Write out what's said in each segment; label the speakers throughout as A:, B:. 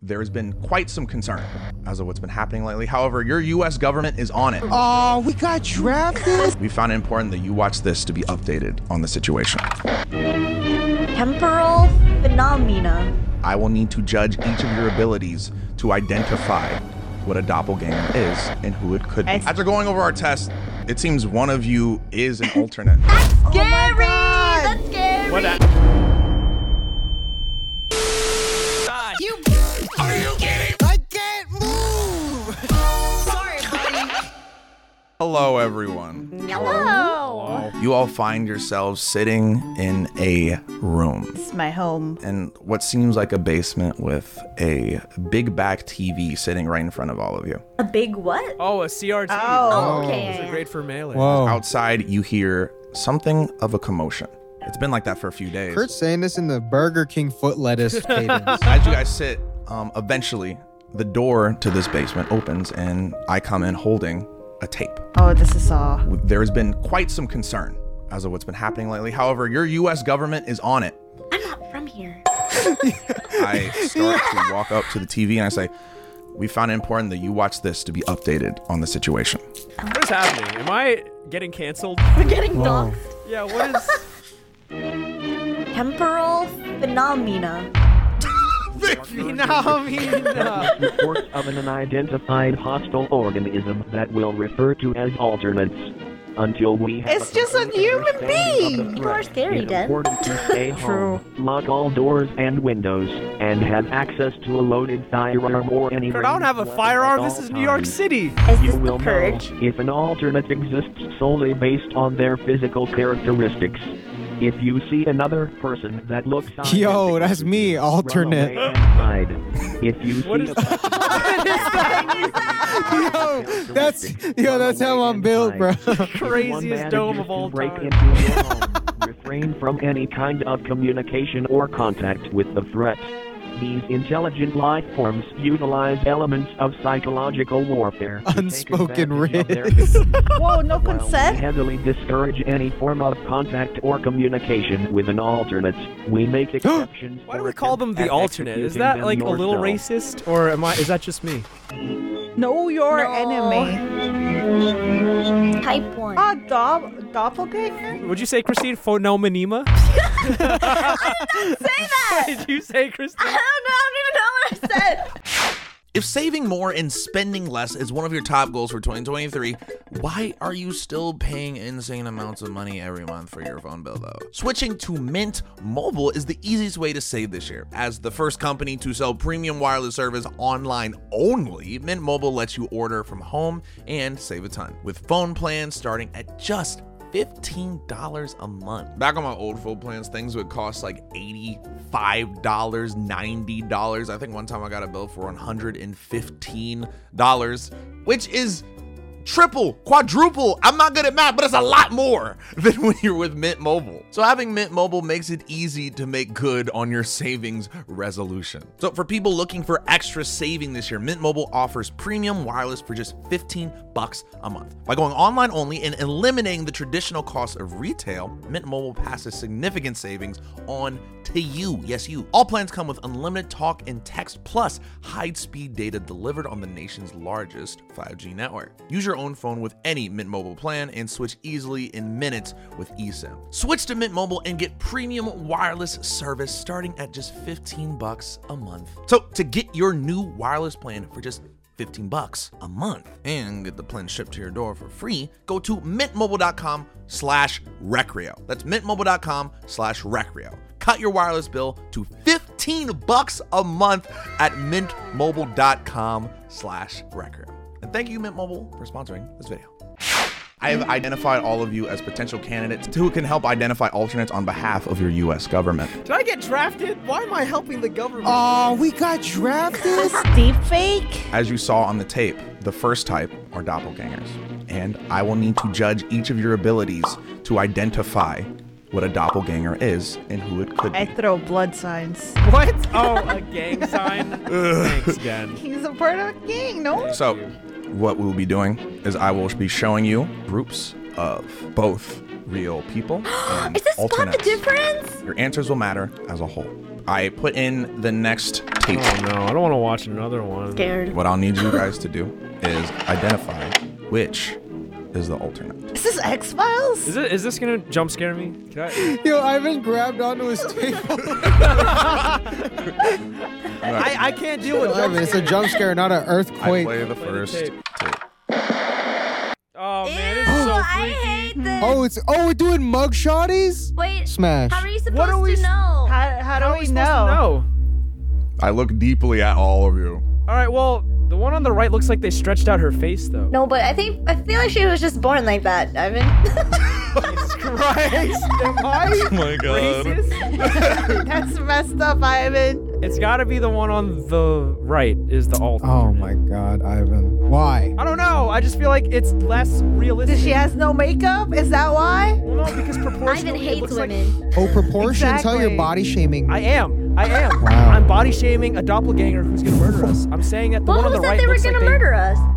A: There has been quite some concern as of what's been happening lately. However, your U.S. government is on it.
B: Oh, we got drafted.
A: We found it important that you watch this to be updated on the situation.
C: Temporal phenomena.
A: I will need to judge each of your abilities to identify what a doppelganger is and who it could be.
C: It's-
A: After going over our test, it seems one of you is an alternate.
C: Oh Scary! That's scary!
B: I can't move.
A: Hello, everyone.
C: Hello!
A: You all find yourselves sitting in a room.
C: This is my home.
A: in what seems like a basement with a big back TV sitting right in front of all of you.
C: A big what?
D: Oh, a CRT.
C: Oh,
D: Those are
C: okay.
D: great for melee.
C: Oh.
B: Whoa.
A: Outside, you hear something of a commotion. It's been like that for a few days.
B: Kurt's saying this in the Burger King foot lettuce cadence.
A: As you guys sit, um, eventually the door to this basement opens and I come in holding a tape.
C: Oh, this is Saw.
A: There has been quite some concern as of what's been happening lately. However, your US government is on it.
C: I'm not from here.
A: I start to walk up to the TV and I say, We found it important that you watch this to be updated on the situation.
D: What is happening? Am I getting canceled?
C: We're getting dogs.
D: Yeah, what is.
C: Temporal phenomena.
D: Phenomena.
E: report of an unidentified hostile organism that we'll refer to as alternates. Until we have
F: It's just a human being.
C: People are scary, Dad.
E: Dad. important to stay home, lock all doors and windows, and have access to a loaded firearm or any.
D: I don't have a
E: weapon
D: firearm.
E: at
D: This
E: all
D: is New York
E: times.
D: City.
C: Is
E: You
C: this the
E: will know
C: purge?
E: if an alternate exists solely based on their physical characteristics. If you see another person that looks
B: Yo,
E: identical
B: that's
E: to
B: me,
E: you, run
B: alternate.
E: away and hide. If you
D: What
E: see
D: is-
E: a person
B: yo, that's yo, that's how I'm built, bro.
D: Craziest dome of all
E: break
D: time.
E: Into your home, refrain from any kind of communication or contact with the threat. These intelligent life forms utilize elements of psychological warfare. to take
B: Unspoken
E: advantage of their-
B: risk.
C: Whoa, no
E: While we
C: consent?
E: heavily discourage any form of contact or communication with an alternate. We make exceptions.
D: Why do
E: for
D: we call them the
E: attempt at
D: alternate? Is
E: executing
D: that
E: them
D: like a little
E: yourself.
D: racist, or am I? Is that just me?
F: Know your
C: No.
F: enemy.
C: Type 1.
F: A do- doppelganger?
D: Would you say Christine phenomenema?
C: say that!
D: Did you say Christine?
C: I don't know. I don't even know what I said.
G: If saving more and spending less is one of your top goals for 2023, why are you still paying insane amounts of money every month for your phone bill though? Switching to Mint Mobile is the easiest way to save this year. As the first company to sell premium wireless service online only, Mint Mobile lets you order from home and save a ton with phone plans starting at just $15 a month. Back on my old phone plans, things would cost like $85, $90. I think one time I got a bill for $115, which is triple, quadruple. I'm not good at math, but it's a lot more than when you're with Mint Mobile. So having Mint Mobile makes it easy to make good on your savings resolution. So for people looking for extra saving this year, Mint Mobile offers premium wireless for just 15 bucks a month. By going online only and eliminating the traditional costs of retail, Mint Mobile passes significant savings on to you. Yes, you. All plans come with unlimited talk and text plus high-speed data delivered on the nation's largest 5G network. Use your own phone with any Mint Mobile plan and switch easily in minutes with eSIM. Switch to Mint Mobile and get premium wireless service starting at just 15 bucks a month. So, to get your new wireless plan for just 15 bucks a month and get the plan shipped to your door for free, go to mintmobile.com slash recreo. That's mintmobile.com slash recreo. Cut your wireless bill to 15 bucks a month at mintmobile.com slash recreo. And thank you, Mint Mobile, for sponsoring this video.
A: I have identified all of you as potential candidates who can help identify alternates on behalf of your U.S. government.
D: Did I get drafted? Why am I helping the government?
B: Oh, we got drafted.
F: Deep fake?
A: As you saw on the tape, the first type are doppelgangers, and I will need to judge each of your abilities to identify what a doppelganger is and who it could
F: I
A: be.
F: throw blood signs.
D: what? Oh, a gang sign. Thanks, Dan.
F: He's a part of a gang, no?
A: So, what we will be doing is I will be showing you groups of both real people and
C: Is this spot the
A: alternates.
C: difference?
A: Your answers will matter as a whole.
G: I put in the next tape.
D: Oh no, I don't want to watch another one.
C: Scared.
G: What I'll need you guys to do is identify which is the alternate.
F: Is this X Files?
D: Is it? Is this gonna jump scare me? Can I,
B: Yo, Ivan grabbed onto his table.
H: I, I can't deal with
B: Ivan, it's a jump scare, not an
G: I
B: earthquake.
G: play the
D: Play the
G: first
D: tape.
G: tape.
D: oh
C: Ew,
D: man, this is so
C: I
D: freaky.
C: hate this.
B: Oh, it's oh, we're doing mug shotties.
C: Wait,
B: Smash.
C: how are you supposed
H: What are we
C: to
H: s-
C: know?
F: How, how do
H: How are
F: we
H: we supposed to know?
G: I look deeply at all of you.
D: All right, well, the one on the right looks like they stretched out her face though.
C: no, but I think I feel like she was just born like that, Ivan.
H: Christ, am I?
G: Oh my god.
F: That's messed up, Ivan.
D: It's got to be the one on the right is the alt.
B: Oh my God, Ivan, why?
D: I don't know. I just feel like it's less realistic.
F: Does she has no makeup? Is that why?
D: Well, no, because proportionally,
C: Ivan
D: it
C: hates
D: looks like-
C: women.
B: Oh, proportions. How you're
F: Exactly.
B: body shaming.
D: I am. I am.
B: Wow.
D: I'm body shaming a doppelganger who's gonna murder us. I'm saying that the
C: Well,
D: one
C: who
D: on the
C: said
D: right
C: they were
D: looks
C: gonna
D: like
C: murder us?
D: They,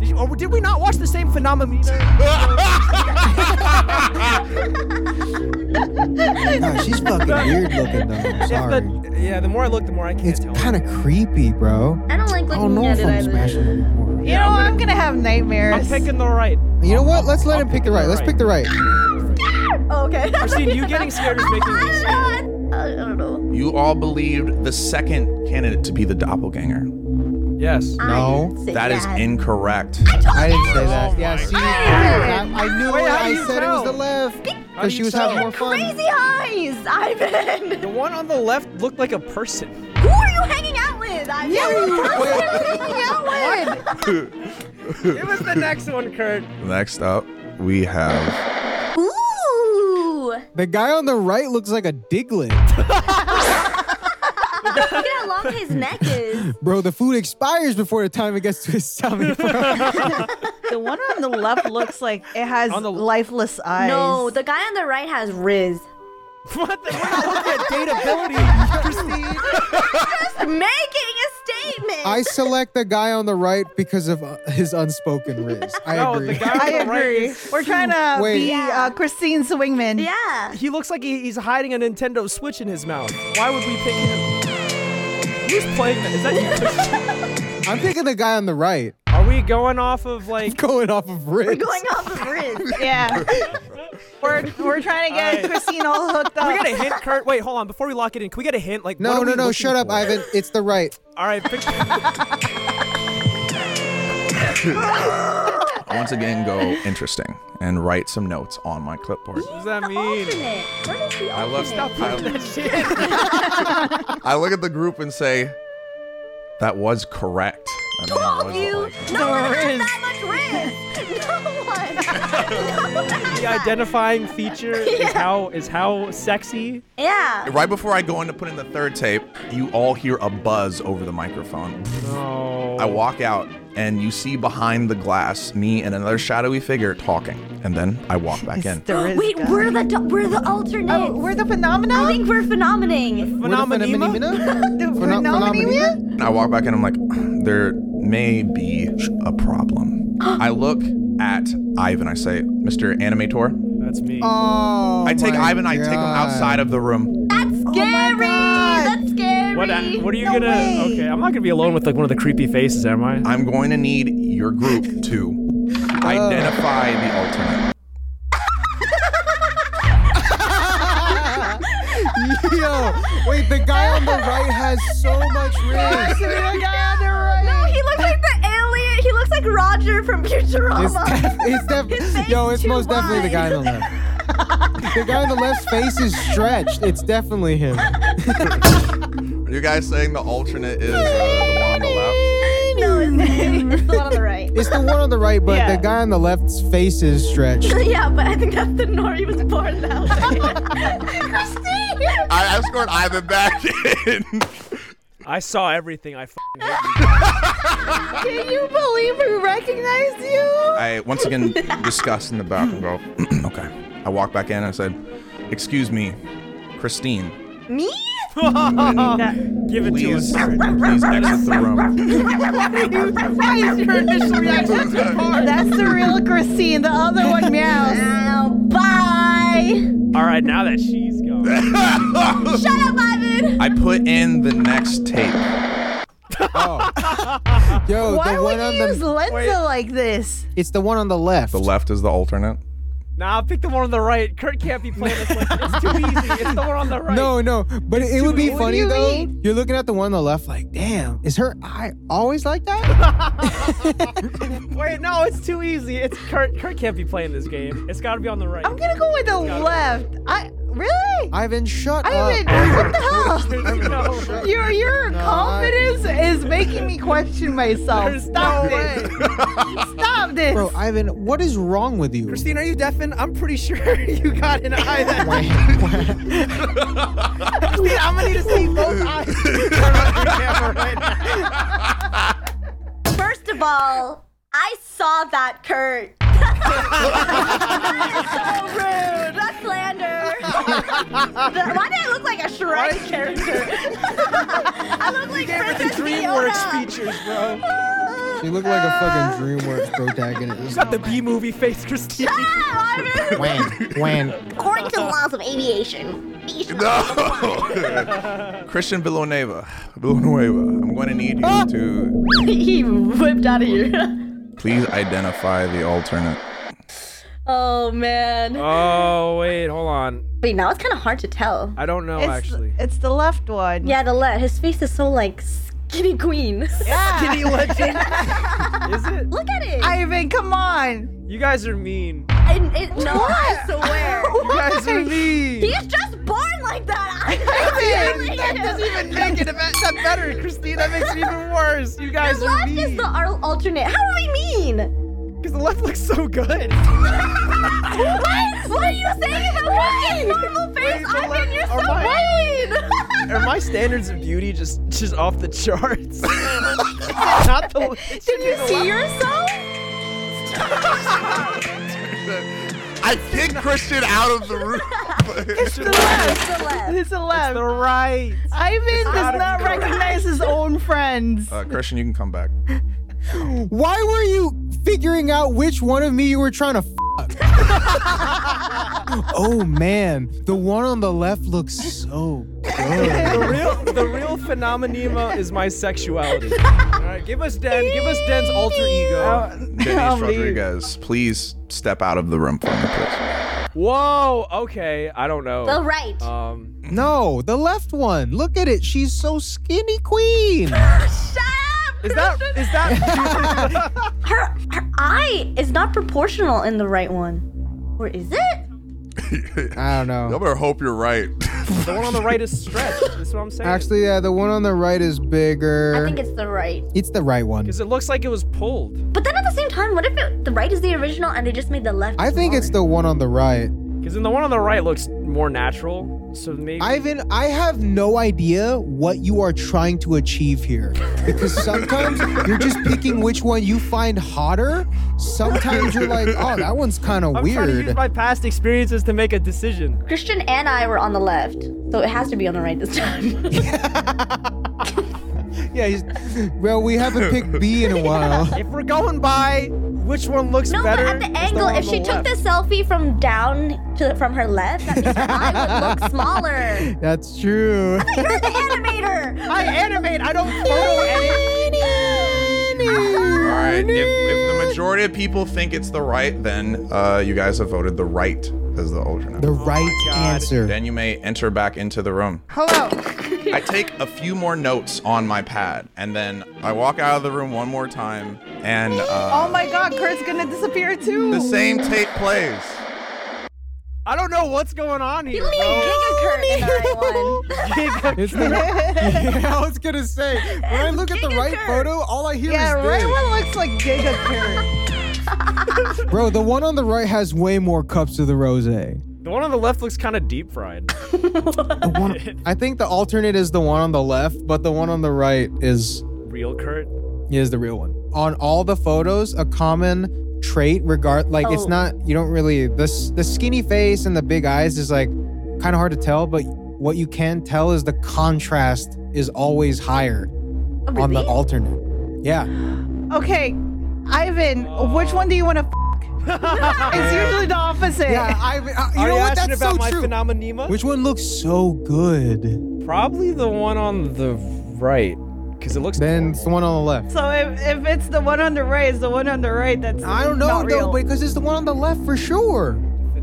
D: did you, or did we not watch the same phenomenon?
B: God, she's fucking weird looking though. I'm sorry.
D: yeah, the more I look, the more I can't
B: It's
D: tell.
B: kind of creepy, bro.
C: I don't like
B: I
C: looking
B: don't know
C: at
B: if
C: it
B: I'm
C: either.
B: smashing it anymore.
F: You know, I'm gonna have
D: I'm
F: nightmares.
D: picking the right.
B: You know what? Let's let him pick the right.
D: the
B: Let's
D: right.
B: pick the right.
C: Oh, okay.
D: Christine, you getting scared is making me scared.
C: I don't know. I don't know.
G: You all believed the second candidate to be the doppelganger.
D: Yes.
B: No,
C: I said
G: That is incorrect.
B: I didn't say that. Yeah, see, I, I knew
D: Wait,
B: it.
D: how do
B: I
D: you
B: said it was
D: tell?
B: the left
D: How
B: because
D: do
B: she
D: you
B: was
D: tell?
B: having more fun.
C: Crazy eyes, Ivan.
D: The one on the left looked like a person.
C: Who are you hanging out with, Ivan? Who are you hanging out with?
D: Give us the next one, Kurt.
G: Next up, we have
C: Ooh.
B: The guy on the right looks like a diglet,
C: Look how long his neck is.
B: bro. The food expires before the time it gets to his stomach. Bro.
F: the one on the left looks like it has
D: On the-
F: lifeless eyes.
C: No, the guy on the right has Riz.
D: What the? We're not looking at dateability, Christine.
C: Just making a statement.
B: I select the guy on the right because of uh, his unspoken riz. I
D: No,
B: agree.
D: the guy
F: I
D: on the right.
F: agree.
D: is-
F: We're trying to
B: Wait.
F: be
C: Yeah.
F: uh, Christine Swingman.
C: Yeah.
D: He looks like he, he's hiding a Nintendo Switch in his mouth. Why would we pick him? Who's playing that? Is that you? Christian?
B: I'm picking the guy on the right.
D: Are we going off of like?
B: Going off of riz.
C: We're going off of Riz.
F: Yeah. we're, we're trying to get
D: Alright.
F: Christine all hooked
D: Can
F: up.
D: we get a hint, Kurt? Wait, hold on. Before we lock it in, can we get a hint? Like, what
B: no, no,
D: are we
B: no!
D: looking
B: Shut up,
D: for?
B: Ivan. It's the right.
D: All right, pick.
G: I once again go interesting and write some notes on my clipboard.
D: does that mean?
C: Alternate. What is the
G: I love
C: alternate?
G: I,
D: Shit.
G: I look at the group and say, that was correct. That man
C: All of
G: was
C: you.
G: like-
C: No one has
F: Riz.
C: that much Riz. No one. No one has
D: The
C: that.
D: identifying feature is how is how sexy.
C: Yeah.
G: Right before I go in to put in the third tape, you all hear a buzz over the microphone.
D: Oh.
G: I walk out and you see behind the glass me and another shadowy figure talking. And then I walk back in.
F: There is
C: Wait,
F: God.
C: we're the do- we're the alternate.
F: Oh, we're the phenomena?
C: I think we're phenomening.
B: Phenomenema?
F: the
B: Phenom-
F: phenomena?
G: And I walk back in, I'm like, there may be a problem. I look at Ivan, I say, Mr. Animator.
D: That's me.
B: Oh,
G: I take
B: my
G: Ivan, I take him
B: God.
G: outside of the room.
F: Oh
C: That's scary.
B: God.
C: That's scary.
D: what? I- What are you
F: No
D: gonna?
F: way.
D: Okay, I'm not gonna be alone with like one of the creepy faces, am I?
G: I'm going to need your group to identify the alternate.
B: Yo, wait, the guy on the right has so much riz.
F: The guy on the right.
C: No, he looks like the alien. He looks like Roger from Futurama.
B: It's, def- it's
C: His
B: def-
C: face
B: yo, it's
C: too
B: most definitely the guy
C: wide.
B: on the left. the guy on the left's face is stretched. It's definitely him.
G: Are you guys saying the alternate is uh, the one on the left?
C: No, it's, it's the one on the right.
B: It's the one on the right, but
F: Yeah.
B: the guy on the left's face is stretched.
C: yeah, but I think that's the Nori was born that way. Christine!
G: I, I scored Ivan back in.
D: I saw everything. I. F-
F: Can you believe we recognized you?
G: I once again discuss in the back and go, okay. I walk back in, I said, excuse me, Christine.
C: Me?
D: Give it
G: Please,
D: to us. Kurt.
G: please exit the room.
F: That's the real Christine. The other one meows.
C: Ow, bye!
D: All right, now that she's gone.
C: Shut up, Ivan!
I: did?
G: I put in the next tape.
B: Oh. Yo,
F: Why
B: the one
F: would
B: on
F: you
B: the
F: use Lenza like this?
B: it's the one on the left.
G: The left is the alternate.
D: Nah, pick the one on the right. Kurt can't be playing this. Like, it's too easy. It's the one on the right.
B: No, no, but it, would be
F: What do
B: funny
F: you
B: though.
F: mean?
B: You're looking at the one on the left, like, damn, is her eye always like that?
D: Wait, no, it's too easy. It's Kurt. Kurt can't be playing this game. It's got to be on the right.
F: I'm gonna go with the
D: Got it.
F: left. I really?
B: Ivan, shut up.
F: I even what the hell?
D: There's no,
F: Your your
B: uh, No, I-
F: confidence is making me question myself.
D: There's
F: Stop
D: no
F: it! Stop this!
B: Bro, Ivan, what is wrong with you?
D: Christine, are you deafened? I'm pretty sure you got an eye that. Christine, I'm gonna need to see both eyes.
C: First of all, I saw that Kurt. so rude. That's slander. The- Why did I look like a Shrek character? I look like Princess
D: DreamWorks
C: Fiona.
D: features, bro.
B: You look like a fucking DreamWorks protagonist.
D: Got the B movie face, Christine.
C: Ah, Ivan.
B: when? When?
C: According to the laws of aviation, these laws
G: No. Christian Villanueva. Villanueva. I'm going to need you to
I: he whipped out of here.
G: please identify the alternate.
I: oh man.
D: Oh wait, hold on.
C: Wait, now it's kind of hard to tell.
D: I don't know
F: it's,
D: actually.
F: it's the left one.
C: Yeah, the left. His face is so like skinny queen.
F: Ah.
D: Skinny legend. Is it?
C: Look at it.
F: Ivan, come on.
D: You guys are mean.
C: I, it no, I swear.
D: You guys are mean.
C: He's just born like that. I mean, that doesn't even
D: Make it that better, Christine. That makes it even worse. You guys are
C: Left is
D: mean.
C: the al- alternate. How are we mean?
D: Because the left looks so good.
C: what? What are you saying about Christian's normal face?
D: the
C: I
D: left-
C: mean, you're
D: or
C: so mean.
D: Are my standards of beauty just just off the charts? Not the.
C: Did you see yourself?
J: I kicked Christian out of the room.
F: It's the left.
C: It's the left.
F: It's the left.
D: The right.
F: Ivan
D: gotta
F: does
D: be
F: not
D: correct.
F: recognize his own friends.
G: Uh, Christian, you can come back.
B: Why were you figuring out which one of me you were trying to fuck? oh man, the one on the left looks so good.
D: The real the real phenomenema is my sexuality. All right, give us Den. Give us Den's alter ego.
G: Denise Rodriguez, please step out of the room for me, please.
D: Whoa. Okay. I don't know.
C: The right.
D: Um.
B: No, the left one. Look at it. She's so skinny, queen.
C: Shut up.
D: Is that is that?
C: Her, her eye is not proportional in the right one. Or is it?
B: I don't know.
J: I better hope you're right.
D: the one on the right is stretched. That's what I'm saying.
B: Actually, yeah, the one on the right is bigger.
C: I think it's the right.
B: it's the right one.
D: Because it looks like it was pulled.
C: But then at the same time, what if it, the right is the original and they just made the left?
B: I think it's the one on the right.
D: Because then the one on the right looks more natural. So maybe.
B: Ivan, I have no idea what you are trying to achieve here. Because sometimes you're just picking which one you find hotter. Sometimes you're like, oh, that one's kind of
D: I'm trying to use
B: weird.
D: my past experiences to make a decision.
C: Christian and I were on the left, so it has to be on the right this time.
B: yeah, he's, well, we haven't picked B in a while.
D: If we're going by which one looks
C: no,
D: better,
C: but at
D: it's
C: the angle,
D: one
C: if
D: on
C: she took
D: left.
C: the selfie from down to from her left, that means her eye would look smaller.
B: That's true.
C: You're the animator.
D: I animate. I don't photo edit.
G: All right. If, if the majority of people think it's the right, then uh, you guys have voted the right as the alternate.
B: The
F: Oh
B: right answer.
G: Then you may enter back into the room.
F: Hello.
B: uh,
G: I take a few more notes on my pad, and then I walk out of the room one more time, and uh,
F: Oh my god, Kurt's gonna disappear too.
G: the same tape plays.
D: I don't know what's going on
C: You
D: here.
C: look like Giga Kurt in the right one.
B: It's the, yeah, I was gonna say when I look at the right
C: Giga
B: photo, all I hear
F: yeah,
B: is this.
F: right one looks like Giga Kurt.
B: Bro, the one on the right has way more cups of the rosé.
D: The one on the left looks kind of deep fried.
B: The one- I think the alternate is the one on the left, but the one on the right is
D: Real Kurt.
B: is the real one. On all the photos, a common trait regard like it's
C: Oh.
B: not you don't really this the skinny face and the big eyes is like kind of hard to tell, but what you can tell is the contrast is always higher
C: Oh,
B: on the
C: really?
B: alternate. Yeah.
F: Okay, Ivan, which one do you want to? F- It's usually the opposite.
B: Yeah, I, I- you
D: Are
B: know
D: you
B: what?
D: asking
B: That's
D: about
B: so
D: my
B: true.
D: phenomenema?
B: Which one looks so good?
D: Probably the one on the right, because it looks.
K: Then it's the one on the left.
F: So if, if it's the one on the right, it's the one on the right that's
B: I don't know
F: not
B: though,
F: real.
B: because it's the one on the left for sure.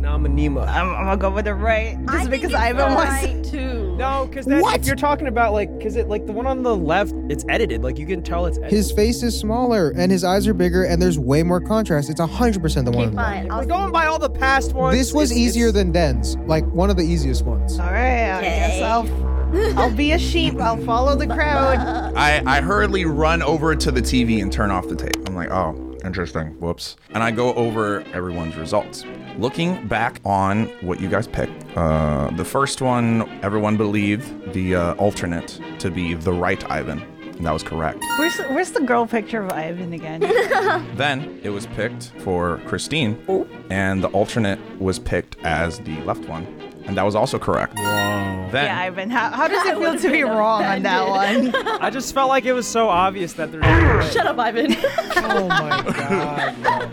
D: phenomenema.
F: I'm, I'm gonna go with the right just
C: I think
F: because
C: it's
F: Ivan
C: the
F: wants.
C: right too.
D: No, because that
B: What?
D: if you're talking about like, because it like the one on the left, it's edited. Like you can tell it's edited.
B: His face is smaller and his eyes are bigger and there's way more contrast. It's 100% the one on
C: Okay,
B: the left.
C: fine.
D: We're
C: I'll
D: going by all the past ones.
B: This was
D: it's-
B: easier
D: it's-
B: than Den's, like one of the easiest ones.
F: All right, I guess
C: Okay.
F: I'll I'll be a sheep. I'll follow the crowd.
G: I, I hurriedly run over to the TV and turn off the tape. I'm like, oh, interesting. Whoops. And I go over everyone's results. Looking back on what you guys picked, uh, the first one, everyone believed the uh, alternate to be the right Ivan. And that was correct.
F: Where's where's the girl picture of Ivan again?
G: Then it was picked for Christine, and the alternate was picked as the left one. And that was also correct. Then,
F: yeah, Ivan. How, how does it feel
C: would've
F: to be
C: been
F: wrong on that one?
L: I just felt like it was so obvious that there's
I: Shut up, Ivan.
B: Oh my god.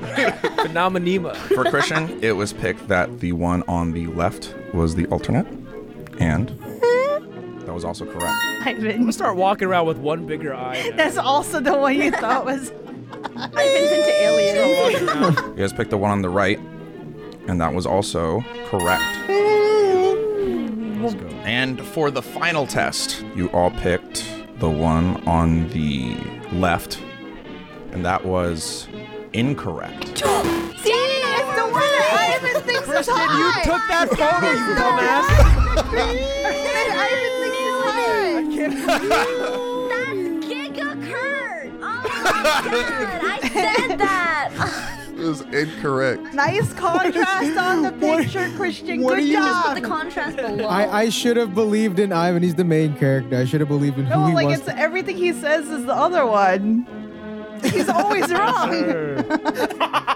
D: phenomenema.
G: For Christian, it was picked that the one on the left was the alternate, and that was also correct.
F: Ivan.
D: I'm gonna start walking around with one bigger eye. now.
F: That's also the one you thought was.
C: Ivan's into aliens.
G: You guys picked the one on the right, and that was also correct. And for the final test, you all picked the one on the left, and that was incorrect.
C: See, it's the one that Ivan thinks is hot.
D: Took that photo, you dumbass.
C: Ivan thinks is hot. That's Giga Kurt. Oh my god, I said that.
J: It was incorrect.
F: Nice contrast on the picture, Christian. Good job.
C: the contrast below.
K: I, I should have believed in Ivan. He's the main character. I should have believed in who
F: No,
K: he
F: like
K: was.
F: it's everything he says is the other one. He's always wrong.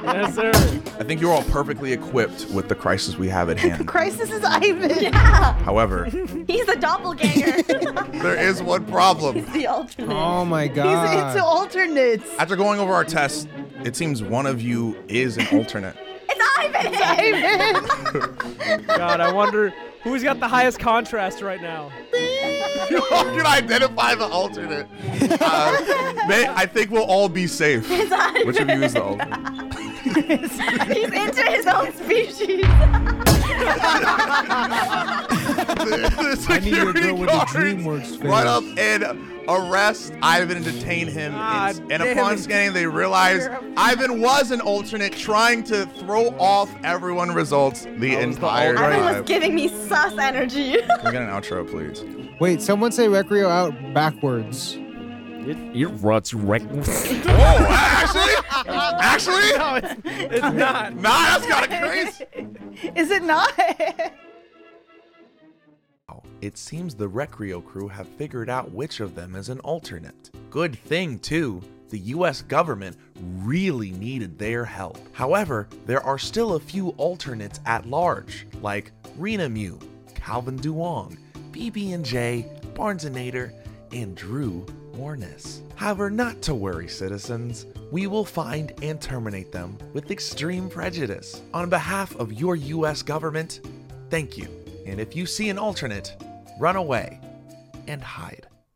D: yes, sir.
G: I think you're all perfectly equipped with the crisis we have at hand.
F: Crisis is Ivan.
G: However,
C: He's the doppelganger.
J: There is one problem.
C: the alternate.
K: oh my
F: He's
K: god.
F: into alternates.
G: after going over our tests, it seems one of you is an alternate.
C: It's Ivan.
F: Ivan.
D: God, I wonder who's got the highest contrast right now.
J: you all can identify the alternate. Uh, may, I think we'll all be safe.
G: Which of you is the alternate?
C: He's into his own species.
J: the security
K: girl with a
J: guards
K: DreamWorks face.
J: run up and arrest Ivan and detain him.
D: God
J: and and
D: Ah, damn
J: upon
D: it.
J: scanning, they realize Ivan was an alternate trying to throw off everyone results the
D: I was the
J: entire
D: alternate.
C: Ivan
J: time.
C: was giving me sus energy.
G: Can we get an outro, please?
K: Wait, someone say Recreo out backwards.
M: It ruts right.
J: Whoa, actually? Actually?
D: No, it's, it's not.
J: Nah, that's kind of crazy.
F: Is it not?
J: It seems the Recreo crew have figured out which of them is an alternate. Good thing, too. The US government really needed their help. However, there are still a few alternates at large, like Rena Mew, Calvin Duong, BB&J, Barnesonator, and Drew Warness. However, not to worry, citizens. We will find and terminate them with extreme prejudice. On behalf of your US government, thank you. And if you see an alternate, run away and hide.